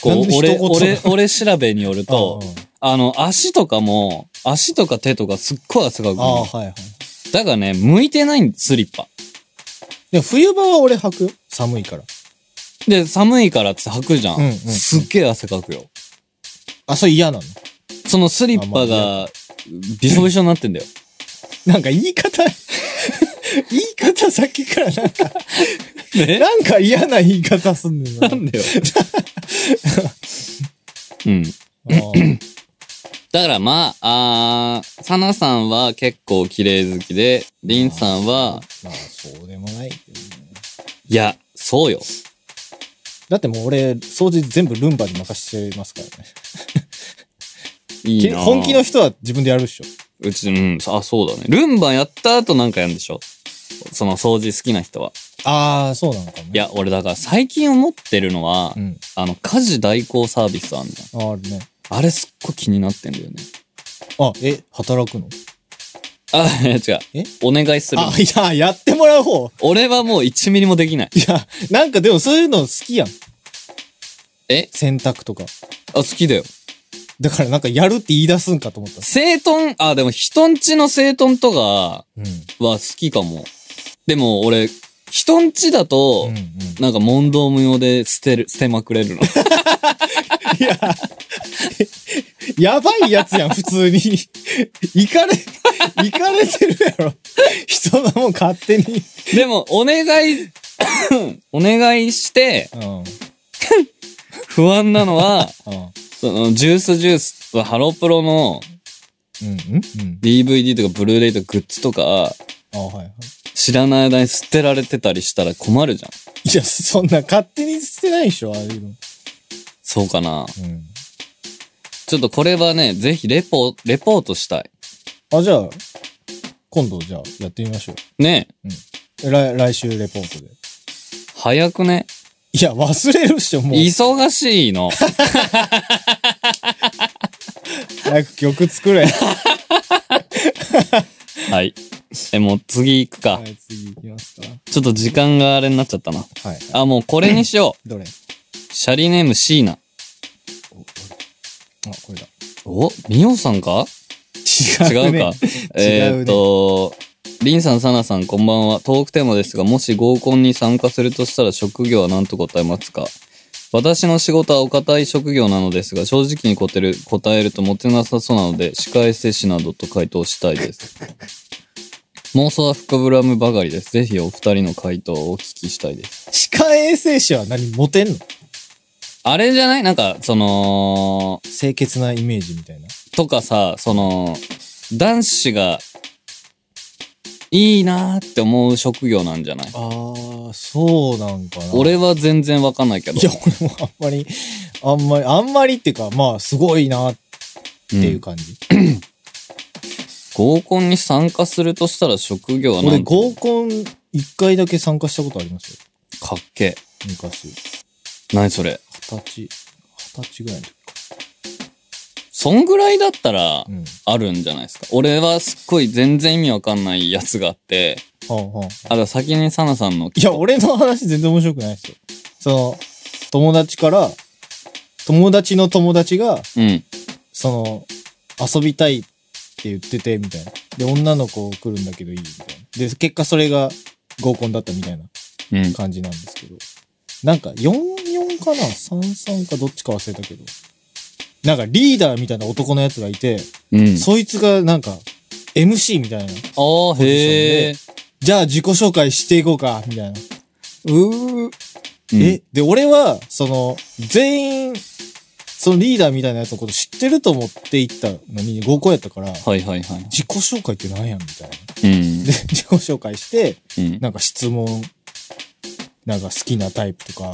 [SPEAKER 1] こ
[SPEAKER 2] ん
[SPEAKER 1] う
[SPEAKER 2] で、
[SPEAKER 1] 俺、
[SPEAKER 2] 一言
[SPEAKER 1] 俺、俺調べによる と、
[SPEAKER 2] うんうん
[SPEAKER 1] あの、足とかも、足とか手とかすっごい汗かく
[SPEAKER 2] ああ、
[SPEAKER 1] の。
[SPEAKER 2] はいはい。
[SPEAKER 1] だからね、向いてないんスリッパ。
[SPEAKER 2] でも冬場は俺履くよ。寒いから。
[SPEAKER 1] で、寒いからって履くじゃん。
[SPEAKER 2] うんうんうん
[SPEAKER 1] すっげえ汗かくよ。
[SPEAKER 2] あ、それ嫌なの
[SPEAKER 1] そのスリッパ
[SPEAKER 2] あ
[SPEAKER 1] が、びしょびしょになってんだよ。
[SPEAKER 2] なんか言い方、 言い方さっきからなんか、
[SPEAKER 1] え
[SPEAKER 2] なんか嫌な言い方すんねんな。
[SPEAKER 1] なんだよ。 うん。
[SPEAKER 2] あー
[SPEAKER 1] だからまあ、あーサナさんは結構綺麗好きで、リンさんは、、
[SPEAKER 2] まあそうでもないけどね。
[SPEAKER 1] いや、そうよ。
[SPEAKER 2] だってもう俺、掃除全部ルンバに任してますからね。
[SPEAKER 1] いいな
[SPEAKER 2] 本気の人は自分でやるっしょ。
[SPEAKER 1] うち、うん、あ、そうだね。ルンバやった後なんかやるんでしょその掃除好きな人は。
[SPEAKER 2] ああ、そうなのかもね。
[SPEAKER 1] いや、、俺だから最近思ってるのは、
[SPEAKER 2] うん。
[SPEAKER 1] あの、家事代行サービスあんじゃん。
[SPEAKER 2] あーあるね。
[SPEAKER 1] あれすっごい気になってんだよね。
[SPEAKER 2] あ、え、働くの
[SPEAKER 1] あ、違う。
[SPEAKER 2] え
[SPEAKER 1] お願いするの。
[SPEAKER 2] あ、いや、やってもらう方。
[SPEAKER 1] 俺はもう1ミリもで きない。
[SPEAKER 2] いや、なんかでもそういうの好きやん。
[SPEAKER 1] え
[SPEAKER 2] 洗濯とか。
[SPEAKER 1] あ、好きだよ。
[SPEAKER 2] だからなんかやるって言い出すんかと思った。
[SPEAKER 1] 整頓、あ、でも人んちの整頓とかは
[SPEAKER 2] うん。
[SPEAKER 1] 好きかも。でも俺、人んちだと、
[SPEAKER 2] うんうん。
[SPEAKER 1] なんか問答無用で捨てる、捨てまくれるの。
[SPEAKER 2] いや、やばいやつやん、普通に。 いかれ、 いかれてるやろ。 人のもん勝手に。
[SPEAKER 1] でも、お願い、 お願いして、
[SPEAKER 2] うん。うん。
[SPEAKER 1] 不安なの は、その、ジュースジュース、ハロプロの
[SPEAKER 2] うん。うん。
[SPEAKER 1] DVD とかブルーレイとかグッズとか、
[SPEAKER 2] あ、はいはい。
[SPEAKER 1] 知らない間に捨てられてたりしたら困るじゃん。
[SPEAKER 2] いや、そんな勝手に捨てないでしょ、ああいうの。
[SPEAKER 1] そうかな。
[SPEAKER 2] うん。
[SPEAKER 1] ちょっとこれはね、ぜひレポ、レポートしたい。
[SPEAKER 2] あ、じゃあ、今度じゃあやってみましょう
[SPEAKER 1] ねえ
[SPEAKER 2] え。来、来週レポートで。
[SPEAKER 1] 早くね。
[SPEAKER 2] いや、忘れるっしょ、もう。
[SPEAKER 1] 忙しいの。
[SPEAKER 2] 早く曲作 れ。
[SPEAKER 1] はい。え、もう次行くか。
[SPEAKER 2] はい、次行きますか。
[SPEAKER 1] ちょっと時間があれになっちゃったな。
[SPEAKER 2] はい。
[SPEAKER 1] あ、もうこれにしよ
[SPEAKER 2] どれ
[SPEAKER 1] う。シャリネームシーナ。
[SPEAKER 2] あ、これだ。
[SPEAKER 1] おミオさんか違
[SPEAKER 2] 違
[SPEAKER 1] うか。えーっと、リンさん、サナさん、こんばんは。トークテーマですが、もし合コンに参加するとしたら職業は何と答えますか私の仕事はお堅い職業なのですが、正直に答える 答えるとモテなさそうなので、歯科衛生士などと回答したいです。妄想は深ぶらむばかりです。ぜひお二人の回答をお聞きしたいです。
[SPEAKER 2] 歯科衛生士は何モテんの
[SPEAKER 1] あれじゃないなんか、その、
[SPEAKER 2] 清潔なイメージみたいな。
[SPEAKER 1] とかさ、その、男子が、いいなーって思う職業なんじゃない
[SPEAKER 2] ああ、そうなんかな。
[SPEAKER 1] 俺は全然わかんないけど。
[SPEAKER 2] いや、俺もあんまり、あんまり、あんまりっていうか、まあ、すごいなって
[SPEAKER 1] うん
[SPEAKER 2] いう感じ。
[SPEAKER 1] 合コンに参加するとしたら職業は
[SPEAKER 2] 俺、
[SPEAKER 1] 何か
[SPEAKER 2] 合コン一回だけ参加したことありますよ。
[SPEAKER 1] っけ
[SPEAKER 2] 昔。
[SPEAKER 1] え。何それ。
[SPEAKER 2] 二十歳、二十歳ぐらいの時か。
[SPEAKER 1] そんぐらいだったら
[SPEAKER 2] う、ん。
[SPEAKER 1] あるんじゃないですか。俺はすっごい全然意味わかんないやつがあって、
[SPEAKER 2] はんはんはん
[SPEAKER 1] あ、だから先にサナさんの聞こう
[SPEAKER 2] いや、俺の話全然面白くないですよ。その、友達から、友達の友達が、
[SPEAKER 1] うん。
[SPEAKER 2] その、遊びたいって言ってて、みたいな。で、女の子来るんだけどいい、みたいな。で、結果それが合コンだったみたいな
[SPEAKER 1] うん。
[SPEAKER 2] 感じなんですけど。なんか、44かな ?33 かどっちか忘れたけど。なんか、リーダーみたいな男のやつがいて、
[SPEAKER 1] うん。
[SPEAKER 2] そいつがなんか、MC みたいな。
[SPEAKER 1] ああ、へえ。
[SPEAKER 2] じゃあ自己紹介していこうか、みたいな。うー、
[SPEAKER 1] うん
[SPEAKER 2] え、で、俺は、その、全員、そのリーダーみたいなやつのこと知ってると思って行ったのに合コンやったから、
[SPEAKER 1] はいはいはい。
[SPEAKER 2] 自己紹介ってなんやみたいな。
[SPEAKER 1] うん
[SPEAKER 2] で、。 自己紹介して、
[SPEAKER 1] うん。
[SPEAKER 2] なんか質問、なんか好きなタイプとか、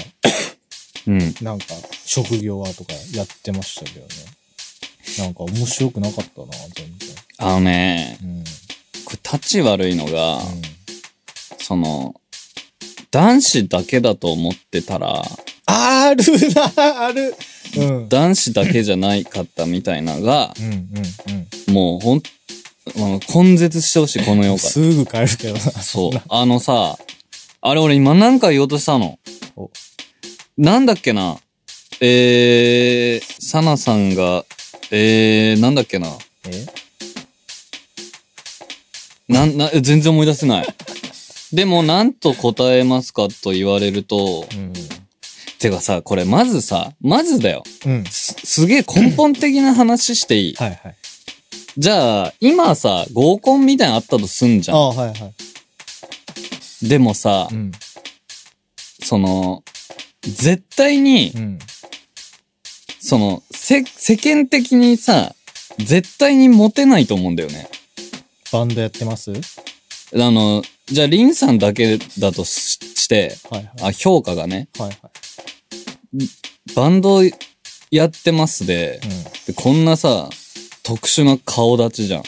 [SPEAKER 1] うん。
[SPEAKER 2] なんか職業はとかやってましたけどね。なんか面白くなかったな、全然。
[SPEAKER 1] あのね、
[SPEAKER 2] うん。うん
[SPEAKER 1] これ、立ち悪いのが、その、男子だけだと思ってたら、
[SPEAKER 2] あるな、ある。うん。うん、
[SPEAKER 1] 男子だけじゃないかったみたいなのが、
[SPEAKER 2] うん、うん。
[SPEAKER 1] もうほん、あの根絶してほしい、この世か
[SPEAKER 2] すぐ帰るけどな。
[SPEAKER 1] ら。 そう。あのさ、あれ俺今なんか言おうとしたの
[SPEAKER 2] お。
[SPEAKER 1] なんだっけなえー、サナさんが、えー、なんだっけな
[SPEAKER 2] え
[SPEAKER 1] なん、な、え全然思い出せない。でも、なんと答えますかと言われると、
[SPEAKER 2] うん。
[SPEAKER 1] てかさ、これまずさ、まずだよ。
[SPEAKER 2] うん。
[SPEAKER 1] す、すげえ根本的な話していい。
[SPEAKER 2] はいはい。
[SPEAKER 1] じゃあ、今さ、合コンみたいなのあったとすんじ
[SPEAKER 2] あ
[SPEAKER 1] ゃん。
[SPEAKER 2] あ、はいはい。
[SPEAKER 1] でもさ
[SPEAKER 2] う、ん。
[SPEAKER 1] その、絶対に
[SPEAKER 2] う、ん。
[SPEAKER 1] その、せ、世間的にさ、絶対にモテないと思うんだよね。
[SPEAKER 2] バンドやってますはい
[SPEAKER 1] あの、じゃあ、リンさんだけだとしして、
[SPEAKER 2] はい。
[SPEAKER 1] あ、評価がね、
[SPEAKER 2] はいは
[SPEAKER 1] バンドやってますで、
[SPEAKER 2] い。うん。
[SPEAKER 1] でこんなさ、特殊な顔立ちじゃん。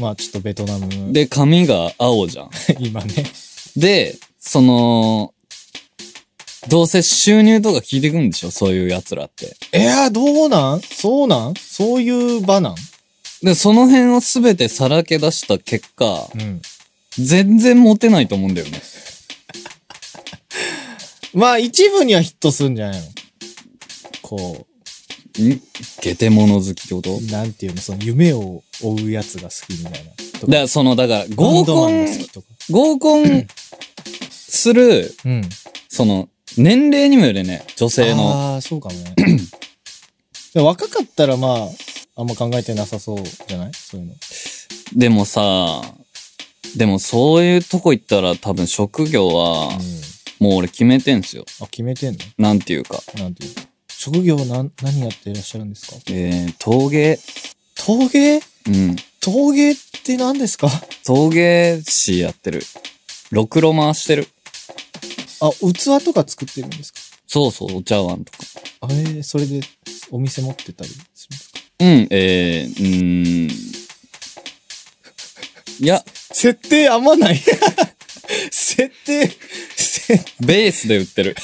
[SPEAKER 2] まあちょっとベトナム。で、
[SPEAKER 1] で、髪が青じゃん。
[SPEAKER 2] 今ね。
[SPEAKER 1] で、その、どうせ収入とか聞いてくんでしょそういう奴らって。
[SPEAKER 2] いやー、どうなんそうなんそういう場なん
[SPEAKER 1] で、その辺をすべてさらけ出した結果、
[SPEAKER 2] うん。
[SPEAKER 1] 全然モテないと思うんだよね。
[SPEAKER 2] まあ一部にはヒットするんじゃないのこ
[SPEAKER 1] んゲテモノ好きってこと
[SPEAKER 2] う、なんていうの、その夢を追うやつが好きみたいな。と
[SPEAKER 1] だか、
[SPEAKER 2] から
[SPEAKER 1] その、だから、
[SPEAKER 2] バ
[SPEAKER 1] 合
[SPEAKER 2] ンドマ
[SPEAKER 1] コ
[SPEAKER 2] ン
[SPEAKER 1] ン
[SPEAKER 2] が、好きとか。
[SPEAKER 1] 合コンする、
[SPEAKER 2] うん。
[SPEAKER 1] その、年齢にもよるね。女性の。
[SPEAKER 2] ああ、そうかもね。 で若かったらまあ、あんま考えてなさそうじゃないそういうの。
[SPEAKER 1] でもさ、でもそういうとこ行ったら多分職業は、
[SPEAKER 2] うん。
[SPEAKER 1] もう俺決めてんすよ。
[SPEAKER 2] あ、決めてんの
[SPEAKER 1] なんていうか。
[SPEAKER 2] なんていうの職業なん、何やってらっしゃるんですか
[SPEAKER 1] えー、陶芸。
[SPEAKER 2] 陶芸
[SPEAKER 1] うん。
[SPEAKER 2] 陶芸って何ですか
[SPEAKER 1] 陶芸師やってる。ろくろ回してる。
[SPEAKER 2] あ、器とか作ってるんですか
[SPEAKER 1] そうそう、お茶碗とか。
[SPEAKER 2] あれ、えーそれでお店持ってたりするんですか
[SPEAKER 1] うん、えー、うーん。いや、
[SPEAKER 2] 設定あんまない 設定、設
[SPEAKER 1] ベースで売 ってる。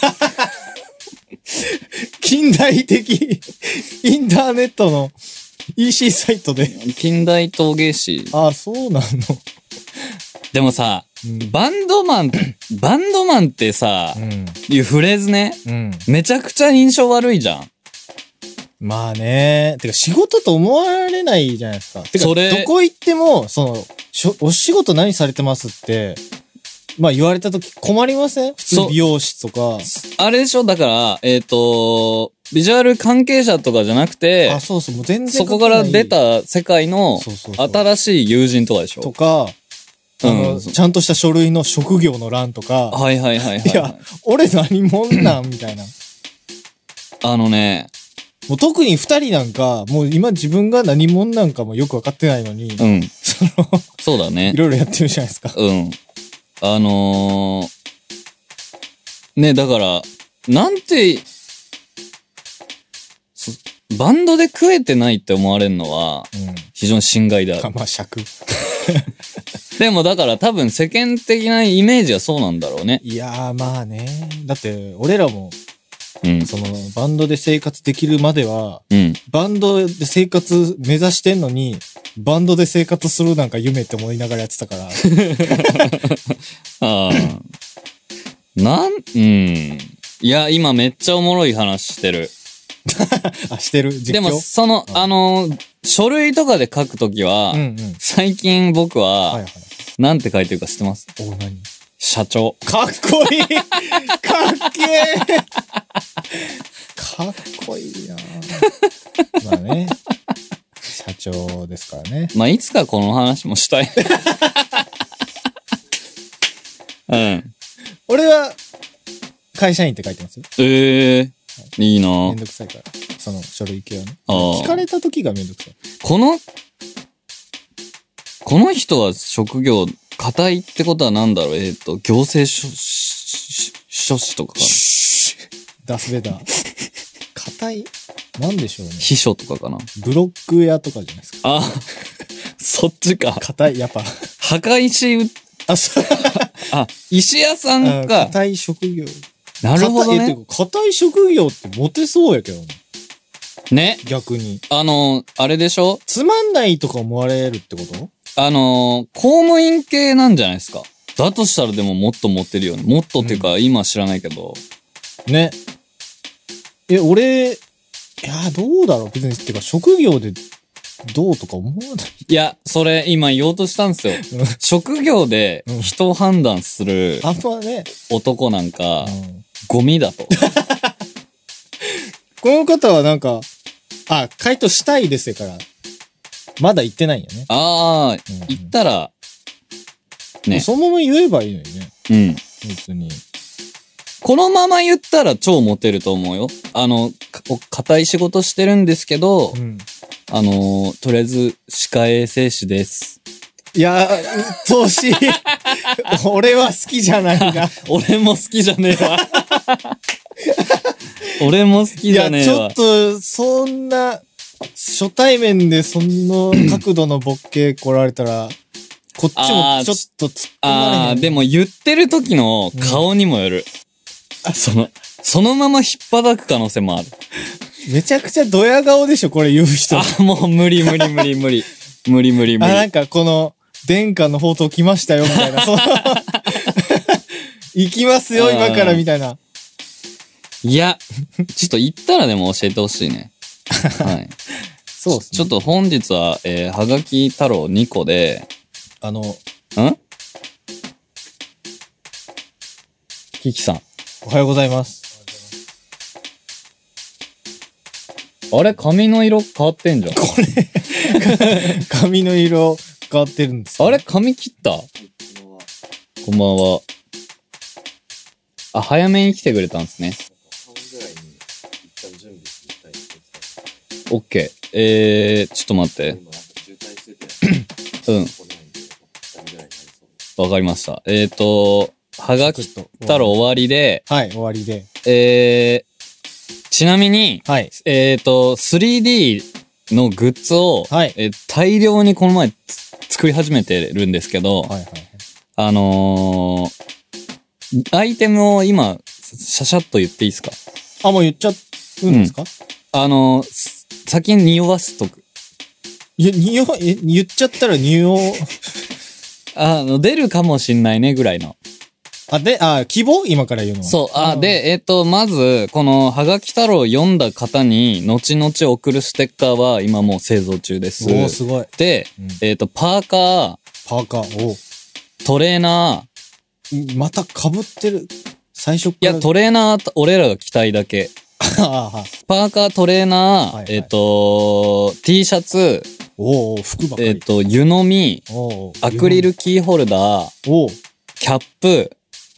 [SPEAKER 2] 近代的、インターネットの EC サイトで。
[SPEAKER 1] 近代陶芸師。
[SPEAKER 2] あ、そうなの。
[SPEAKER 1] でもさ、
[SPEAKER 2] うん。
[SPEAKER 1] バンド マン、バンドマンってさ
[SPEAKER 2] う、ん。
[SPEAKER 1] いうフレーズね、
[SPEAKER 2] うん。
[SPEAKER 1] めちゃくちゃ印象悪いじゃん。
[SPEAKER 2] まあね。てか仕事と思われないじゃないですか。てか、
[SPEAKER 1] そ
[SPEAKER 2] ど
[SPEAKER 1] れ
[SPEAKER 2] こ行っても、その、しょお仕事何されてますって、まあ言われた時困りません普通
[SPEAKER 1] そう
[SPEAKER 2] 美容師とか。
[SPEAKER 1] あれでしょだから、えっ、とビジュアル関係者とかじゃなくて
[SPEAKER 2] あ、、そうそう、もう全然
[SPEAKER 1] そこから出た世界の
[SPEAKER 2] そうそうそう
[SPEAKER 1] 新しい友人とかでし
[SPEAKER 2] と
[SPEAKER 1] ょ
[SPEAKER 2] か、あ
[SPEAKER 1] う
[SPEAKER 2] の、
[SPEAKER 1] ん
[SPEAKER 2] ちゃんとした書類の職業の欄とか、
[SPEAKER 1] はいはいはいはい
[SPEAKER 2] いや
[SPEAKER 1] は、
[SPEAKER 2] 俺何者なんみた いな。
[SPEAKER 1] い。あのね、
[SPEAKER 2] もう特に二人なんか、もう今自分が何者なんかもよく分かってないのに、
[SPEAKER 1] うん。
[SPEAKER 2] その、
[SPEAKER 1] そうだね
[SPEAKER 2] い。ろいろやってるじゃないですか。
[SPEAKER 1] うん。あのー、ね、だから、なんて、そバンドで食えてないって思われるのは、
[SPEAKER 2] う
[SPEAKER 1] 非常に心外で
[SPEAKER 2] ん。
[SPEAKER 1] あ
[SPEAKER 2] か
[SPEAKER 1] る。
[SPEAKER 2] まあ、尺。
[SPEAKER 1] でもだから多分世間的なイメージはそうなんだろうね。
[SPEAKER 2] いやー、まあね。だって、俺らも、
[SPEAKER 1] うん。
[SPEAKER 2] その、バンドで生活できるまでは、
[SPEAKER 1] うん。
[SPEAKER 2] バンドで生活目指してんのに、バンドで生活するなんか夢って思いながらやってた から。
[SPEAKER 1] ああ。なん、うん。いや、今めっちゃおもろい話してる。
[SPEAKER 2] あ、してる実況
[SPEAKER 1] でも、その、
[SPEAKER 2] うん
[SPEAKER 1] あのー、書類とかで書くときは、
[SPEAKER 2] うんうん。
[SPEAKER 1] 最近僕は、
[SPEAKER 2] はいはい。
[SPEAKER 1] なんて書いてるか知ってます
[SPEAKER 2] お、何
[SPEAKER 1] 社長。
[SPEAKER 2] かっこいいかっけえかっこいいなまあね。社長ですからね。
[SPEAKER 1] まあ、いつかこの話も したい。うん。
[SPEAKER 2] 俺は、会社員って書いてますよ。
[SPEAKER 1] ええいいな
[SPEAKER 2] めんどくさいから。その書類系はね。
[SPEAKER 1] あー
[SPEAKER 2] 聞かれた時がめんどく さい。
[SPEAKER 1] この、この人は職業、硬いってことはなんだろうえっ、と、行政書、しし書士とかかな
[SPEAKER 2] ダースベイダー。硬い。なんでしょうね。
[SPEAKER 1] 秘書とかかな
[SPEAKER 2] ブロック屋とかじゃないですか。
[SPEAKER 1] あ、そっちか。
[SPEAKER 2] 硬い、やっぱ。
[SPEAKER 1] 墓石う、
[SPEAKER 2] あ、そう。
[SPEAKER 1] あ、石屋さんか。
[SPEAKER 2] 硬い職業。
[SPEAKER 1] なるほど
[SPEAKER 2] 硬いえ
[SPEAKER 1] ね。
[SPEAKER 2] てか硬い職業ってモテそうやけどね。
[SPEAKER 1] ね。
[SPEAKER 2] 逆に。
[SPEAKER 1] あの、あれでしょ
[SPEAKER 2] つまんないとか思われるってこと
[SPEAKER 1] あのー公務員系なんじゃないですか。だとしたらでももっと持ってるよね。もっとっていうか、今知らないけど。
[SPEAKER 2] ね。え、俺、いや、どうだろう別に、てか、職業でどうとか思わない。
[SPEAKER 1] いや、それ今言おうとしたんですよ
[SPEAKER 2] うん。
[SPEAKER 1] 職業で
[SPEAKER 2] うん
[SPEAKER 1] 人を判断する
[SPEAKER 2] あんまね。
[SPEAKER 1] 男なんか
[SPEAKER 2] う、ん
[SPEAKER 1] ゴミだと。
[SPEAKER 2] この方はなんか、あ、回答したいですから、まだ言ってないよね。
[SPEAKER 1] ああ、
[SPEAKER 2] うんうん
[SPEAKER 1] 言ったら、ね
[SPEAKER 2] そのまま言えばいいのにね。
[SPEAKER 1] うん。
[SPEAKER 2] 別に。
[SPEAKER 1] このまま言ったら超モテると思うよ。あの、かお硬い仕事してるんですけど
[SPEAKER 2] う、ん。
[SPEAKER 1] あのーとりあえず、歯科衛生士です。
[SPEAKER 2] いや、うっとうし い。俺は好きじゃないな。
[SPEAKER 1] 俺も好きじゃねえわ。 俺も好き
[SPEAKER 2] い
[SPEAKER 1] じゃ
[SPEAKER 2] や、
[SPEAKER 1] ねえ
[SPEAKER 2] ちょ
[SPEAKER 1] わ
[SPEAKER 2] っ。と、そんな、初対面でその角度のボッケ来られたら、こっち
[SPEAKER 1] あ
[SPEAKER 2] も
[SPEAKER 1] ー
[SPEAKER 2] ちょっと突っ込まれ
[SPEAKER 1] あ
[SPEAKER 2] へ
[SPEAKER 1] あ、
[SPEAKER 2] ん
[SPEAKER 1] でも言ってる時の顔にもよる。
[SPEAKER 2] あ
[SPEAKER 1] その、そのまま引っ張く可能性もある。
[SPEAKER 2] めちゃくちゃドヤ顔でしょ、これ言う人。あ
[SPEAKER 1] あ、もう無理無理無理無理。無理無理無
[SPEAKER 2] なん
[SPEAKER 1] 理。
[SPEAKER 2] かこの、殿下の宝刀来ましたよ、みたいな。 その行きますよ、今から、みたいな。
[SPEAKER 1] いや、ちょっと行ったらでも教えてほしい ね。はい。
[SPEAKER 2] そうですね。
[SPEAKER 1] ちょっと本日は、えー、はがき太郎2個で、
[SPEAKER 2] あの、
[SPEAKER 1] んキキさん。
[SPEAKER 2] おはようございます。
[SPEAKER 1] あれ髪の色変わってんじゃん。
[SPEAKER 2] 髪の色変わってるんですか
[SPEAKER 1] あれ髪切ったこんばんは。あ、早めに来てくれたんですね。オッケー。えー、ちょっと待って。うん。わかりました。えっ、ー、と、はがきたら終わりで、
[SPEAKER 2] はい、終わりで。
[SPEAKER 1] えー、ちなみに、
[SPEAKER 2] はい。
[SPEAKER 1] えっ、ー、と、3D のグッズを、
[SPEAKER 2] はい
[SPEAKER 1] えー大量にこの前つ作り始めてるんですけど、
[SPEAKER 2] はいはいはい。
[SPEAKER 1] あのー、アイテムを今、シャシャっと言っていいですか
[SPEAKER 2] あ、もう言っちゃうんですか、
[SPEAKER 1] あのー、す先に匂わすとく。
[SPEAKER 2] いや、匂い、え言っちゃったら匂い、
[SPEAKER 1] あの、出るかもしんないねぐらいの。
[SPEAKER 2] あ、で、あ、希望今から言うのは。
[SPEAKER 1] そう。あ、
[SPEAKER 2] うん
[SPEAKER 1] で、えっ、と、まず、この、はがき太郎を読んだ方に、後々送るステッカーは今もう製造中で
[SPEAKER 2] おー
[SPEAKER 1] す。
[SPEAKER 2] すごい。
[SPEAKER 1] で、
[SPEAKER 2] うん
[SPEAKER 1] えっ、と、パーカー、
[SPEAKER 2] パーカー、お
[SPEAKER 1] トレーナー、
[SPEAKER 2] ーんまた被ってる。最初か
[SPEAKER 1] い
[SPEAKER 2] ら。
[SPEAKER 1] や、トレーナー、俺らが着たいだけ。
[SPEAKER 2] あーはい。
[SPEAKER 1] パーカー、トレーナー、
[SPEAKER 2] はいはい
[SPEAKER 1] えっ、と、T シャツ、
[SPEAKER 2] おーおー、服ばかり。
[SPEAKER 1] えっ、と、湯飲み、
[SPEAKER 2] おー
[SPEAKER 1] アクリ。ルキーホルダー、
[SPEAKER 2] おー
[SPEAKER 1] キャップ、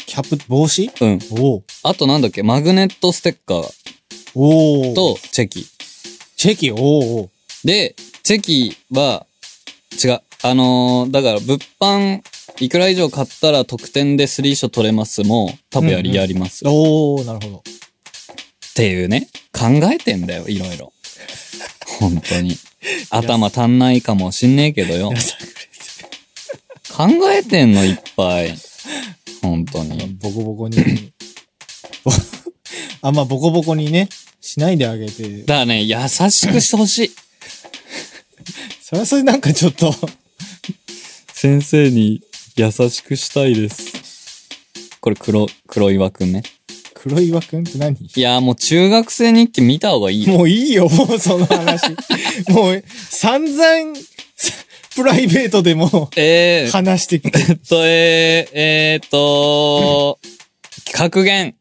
[SPEAKER 2] キャップ、帽子
[SPEAKER 1] うん。
[SPEAKER 2] おー
[SPEAKER 1] あとなんだっけ、マグネットステッカー
[SPEAKER 2] おー、
[SPEAKER 1] とチェキ。
[SPEAKER 2] チェキ、おーおー
[SPEAKER 1] で、チェキは、違う。あのーだから、物販、いくら以上買ったら特典でスリーショ取れますも、多分やり、
[SPEAKER 2] うんうん
[SPEAKER 1] やります。っ
[SPEAKER 2] おーなるほど。
[SPEAKER 1] ていうね。考えてんだよ、いろいろ。本当に。頭足んないかもしんねえけどよ
[SPEAKER 2] 皆。さんくれて
[SPEAKER 1] 考えてんの、いっぱい。本当に。
[SPEAKER 2] ボコボコに。 ぼあんまボコボコにね、しないであげて。
[SPEAKER 1] だからね、優しくしてほしい。
[SPEAKER 2] それはそれなんかちょっと、
[SPEAKER 1] 先生に優しくしたいです。これ黒、黒岩くんね。
[SPEAKER 2] 黒岩くんって何
[SPEAKER 1] いやーもう中学生日記見た方がいいよ。
[SPEAKER 2] もういいよ、もうそ の話。もう散々、さプライベートでも
[SPEAKER 1] えー、
[SPEAKER 2] 話してきて。
[SPEAKER 1] えっと、えー、えーっと、格言。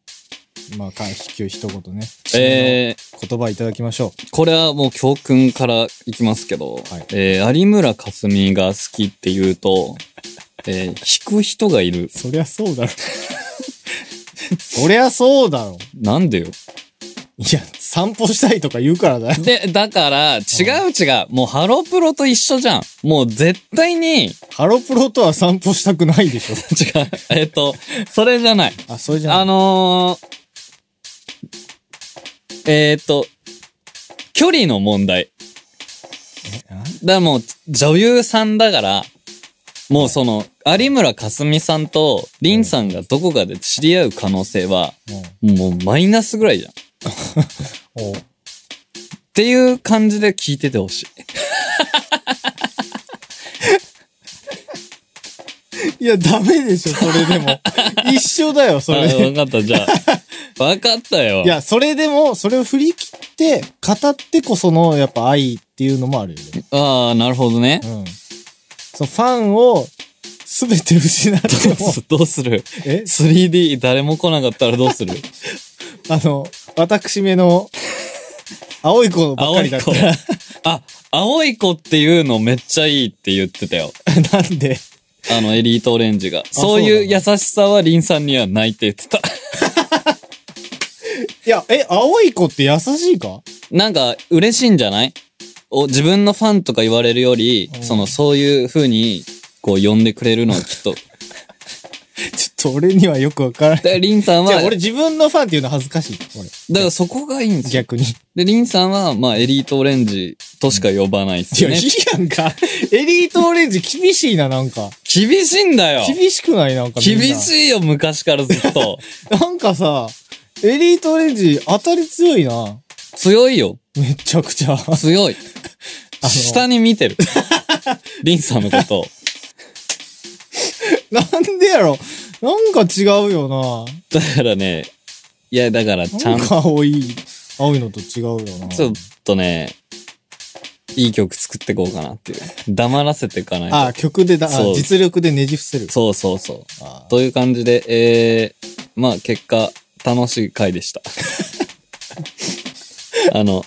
[SPEAKER 2] まあ、か一言ね。
[SPEAKER 1] えー、
[SPEAKER 2] 言葉いただきましょ
[SPEAKER 1] これはもう教訓からいきますけど、
[SPEAKER 2] はい
[SPEAKER 1] えー、有村架純が好きって言うと、えー、引く人がいる
[SPEAKER 2] う。。そりゃそうだろ。そりゃそうだろ。
[SPEAKER 1] なんでよ。
[SPEAKER 2] いや、散歩したいとか言うからだよ。
[SPEAKER 1] で、だから、違う違う。もうハロプロと一緒じゃん。もう絶対に、違う。
[SPEAKER 2] ハロプロとは散歩したくないでしょ。
[SPEAKER 1] えっと、それじゃない。
[SPEAKER 2] あ、それじゃ
[SPEAKER 1] あ
[SPEAKER 2] あ
[SPEAKER 1] のー、えー、っと、距離の問題。だからもう、女優さんだから、もうその、有村架純さんと、凛さんがどこかで知り合う可能性は、もうマイナスぐらいじゃん。っ
[SPEAKER 2] おお
[SPEAKER 1] ていう感じで聞いててほしい。
[SPEAKER 2] いや、ダメでしょ、それ でも。一緒だよ、そ
[SPEAKER 1] あ
[SPEAKER 2] れで。
[SPEAKER 1] わかった、 じゃあ。わかったよ。
[SPEAKER 2] いや、それでも、それを振り切って、語ってこその、やっぱ愛っていうのもあるよね。
[SPEAKER 1] ああ、なるほど ね。
[SPEAKER 2] うん。そのファンを、すべて失っても、
[SPEAKER 1] どうする
[SPEAKER 2] え
[SPEAKER 1] ?3D 誰も来なかったらどうする
[SPEAKER 2] あの、私めの、青い子のばっかりだったら、
[SPEAKER 1] あ、青い子っていうのめっちゃいいって言ってたよ。
[SPEAKER 2] なんで、
[SPEAKER 1] あの、エリートオレンジが。そういう優しさはリンさんにはないって言ってた。
[SPEAKER 2] いや、え、青い子って優しいか
[SPEAKER 1] なんか、嬉しいんじゃないお自分のファンとか言われるより
[SPEAKER 2] う、ん
[SPEAKER 1] その、そういう風に、こう、呼んでくれるのはきっ と。
[SPEAKER 2] ちょっと俺にはよくわからない。
[SPEAKER 1] で、リンさん
[SPEAKER 2] じゃ
[SPEAKER 1] は、
[SPEAKER 2] あ、俺自分のファンっていうの恥ずかしい。
[SPEAKER 1] だからそこがいいんで
[SPEAKER 2] 俺、
[SPEAKER 1] すよ。
[SPEAKER 2] 逆に。
[SPEAKER 1] で、リンさんは、まあ、エリートオレンジとしか呼ばないっ
[SPEAKER 2] い
[SPEAKER 1] す
[SPEAKER 2] や、
[SPEAKER 1] よ
[SPEAKER 2] い
[SPEAKER 1] ね
[SPEAKER 2] い。やんか。エリートオレンジ厳しいな、なんか。
[SPEAKER 1] 厳しいんだよ
[SPEAKER 2] 厳しくないなんかみんな。
[SPEAKER 1] 厳しいよ、昔からずっ と。
[SPEAKER 2] なんかさ、エリートオレンジ当たり強いな。
[SPEAKER 1] 強いよ。
[SPEAKER 2] めっちゃくちゃ。
[SPEAKER 1] 強い。
[SPEAKER 2] の
[SPEAKER 1] 下に見てる。リンさんのことを。
[SPEAKER 2] なんでやろなんか違うよ
[SPEAKER 1] だからね、いや、だから、
[SPEAKER 2] な。
[SPEAKER 1] ちゃ
[SPEAKER 2] なん
[SPEAKER 1] ん
[SPEAKER 2] か青い、青いのと違うよな。
[SPEAKER 1] ちょっとね、いい曲作ってこうかなっていう。黙らせていかないと。
[SPEAKER 2] あ、曲でだ、あ
[SPEAKER 1] そう
[SPEAKER 2] 実力でねじ伏せる。
[SPEAKER 1] そうそうそう。
[SPEAKER 2] あ
[SPEAKER 1] という感じで、えー、まあ結果、楽しい回でした。 あの、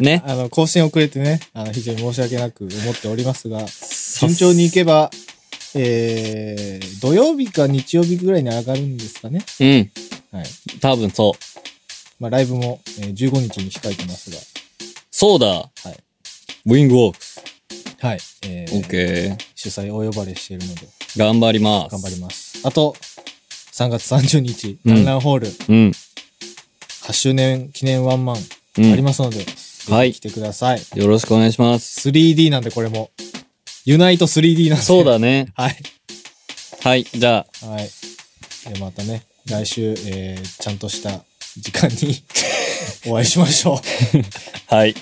[SPEAKER 1] ね。
[SPEAKER 2] あの、更新遅れてね、あの、非常に申し訳なく思っておりますが、順調にいけば、えー、土曜日か日曜日ぐらいに上がるんですかね。
[SPEAKER 1] うん。
[SPEAKER 2] はい。
[SPEAKER 1] 多分そう。
[SPEAKER 2] まあ、ライブも、えー15日に控えてます
[SPEAKER 1] そうだ。
[SPEAKER 2] い
[SPEAKER 1] ウィングウォークス。
[SPEAKER 2] が、はい。えー
[SPEAKER 1] オッケ
[SPEAKER 2] 主催お呼ばれしているので、
[SPEAKER 1] ー。頑張ります。
[SPEAKER 2] 頑張ります。あと、3月30日、
[SPEAKER 1] うん
[SPEAKER 2] ランランホール、
[SPEAKER 1] うん。
[SPEAKER 2] 8周年記念ワンマンあ
[SPEAKER 1] うん
[SPEAKER 2] りますので、
[SPEAKER 1] は
[SPEAKER 2] はいい。来てください。
[SPEAKER 1] よろしくお願いします。
[SPEAKER 2] 3D なんでこれも。ユナイト 3D なんで。
[SPEAKER 1] そう。だね。
[SPEAKER 2] はい。
[SPEAKER 1] はい。じゃあ、
[SPEAKER 2] はい。で、またね、来週、えー、ちゃんとした時間に お会いしましょ
[SPEAKER 1] はい。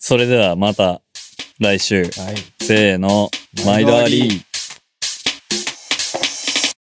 [SPEAKER 1] それではまた来週。
[SPEAKER 2] う。はい。
[SPEAKER 1] せーの、
[SPEAKER 2] 毎
[SPEAKER 1] 毎
[SPEAKER 2] 度
[SPEAKER 1] 度
[SPEAKER 2] あ
[SPEAKER 1] あ
[SPEAKER 2] り
[SPEAKER 1] り。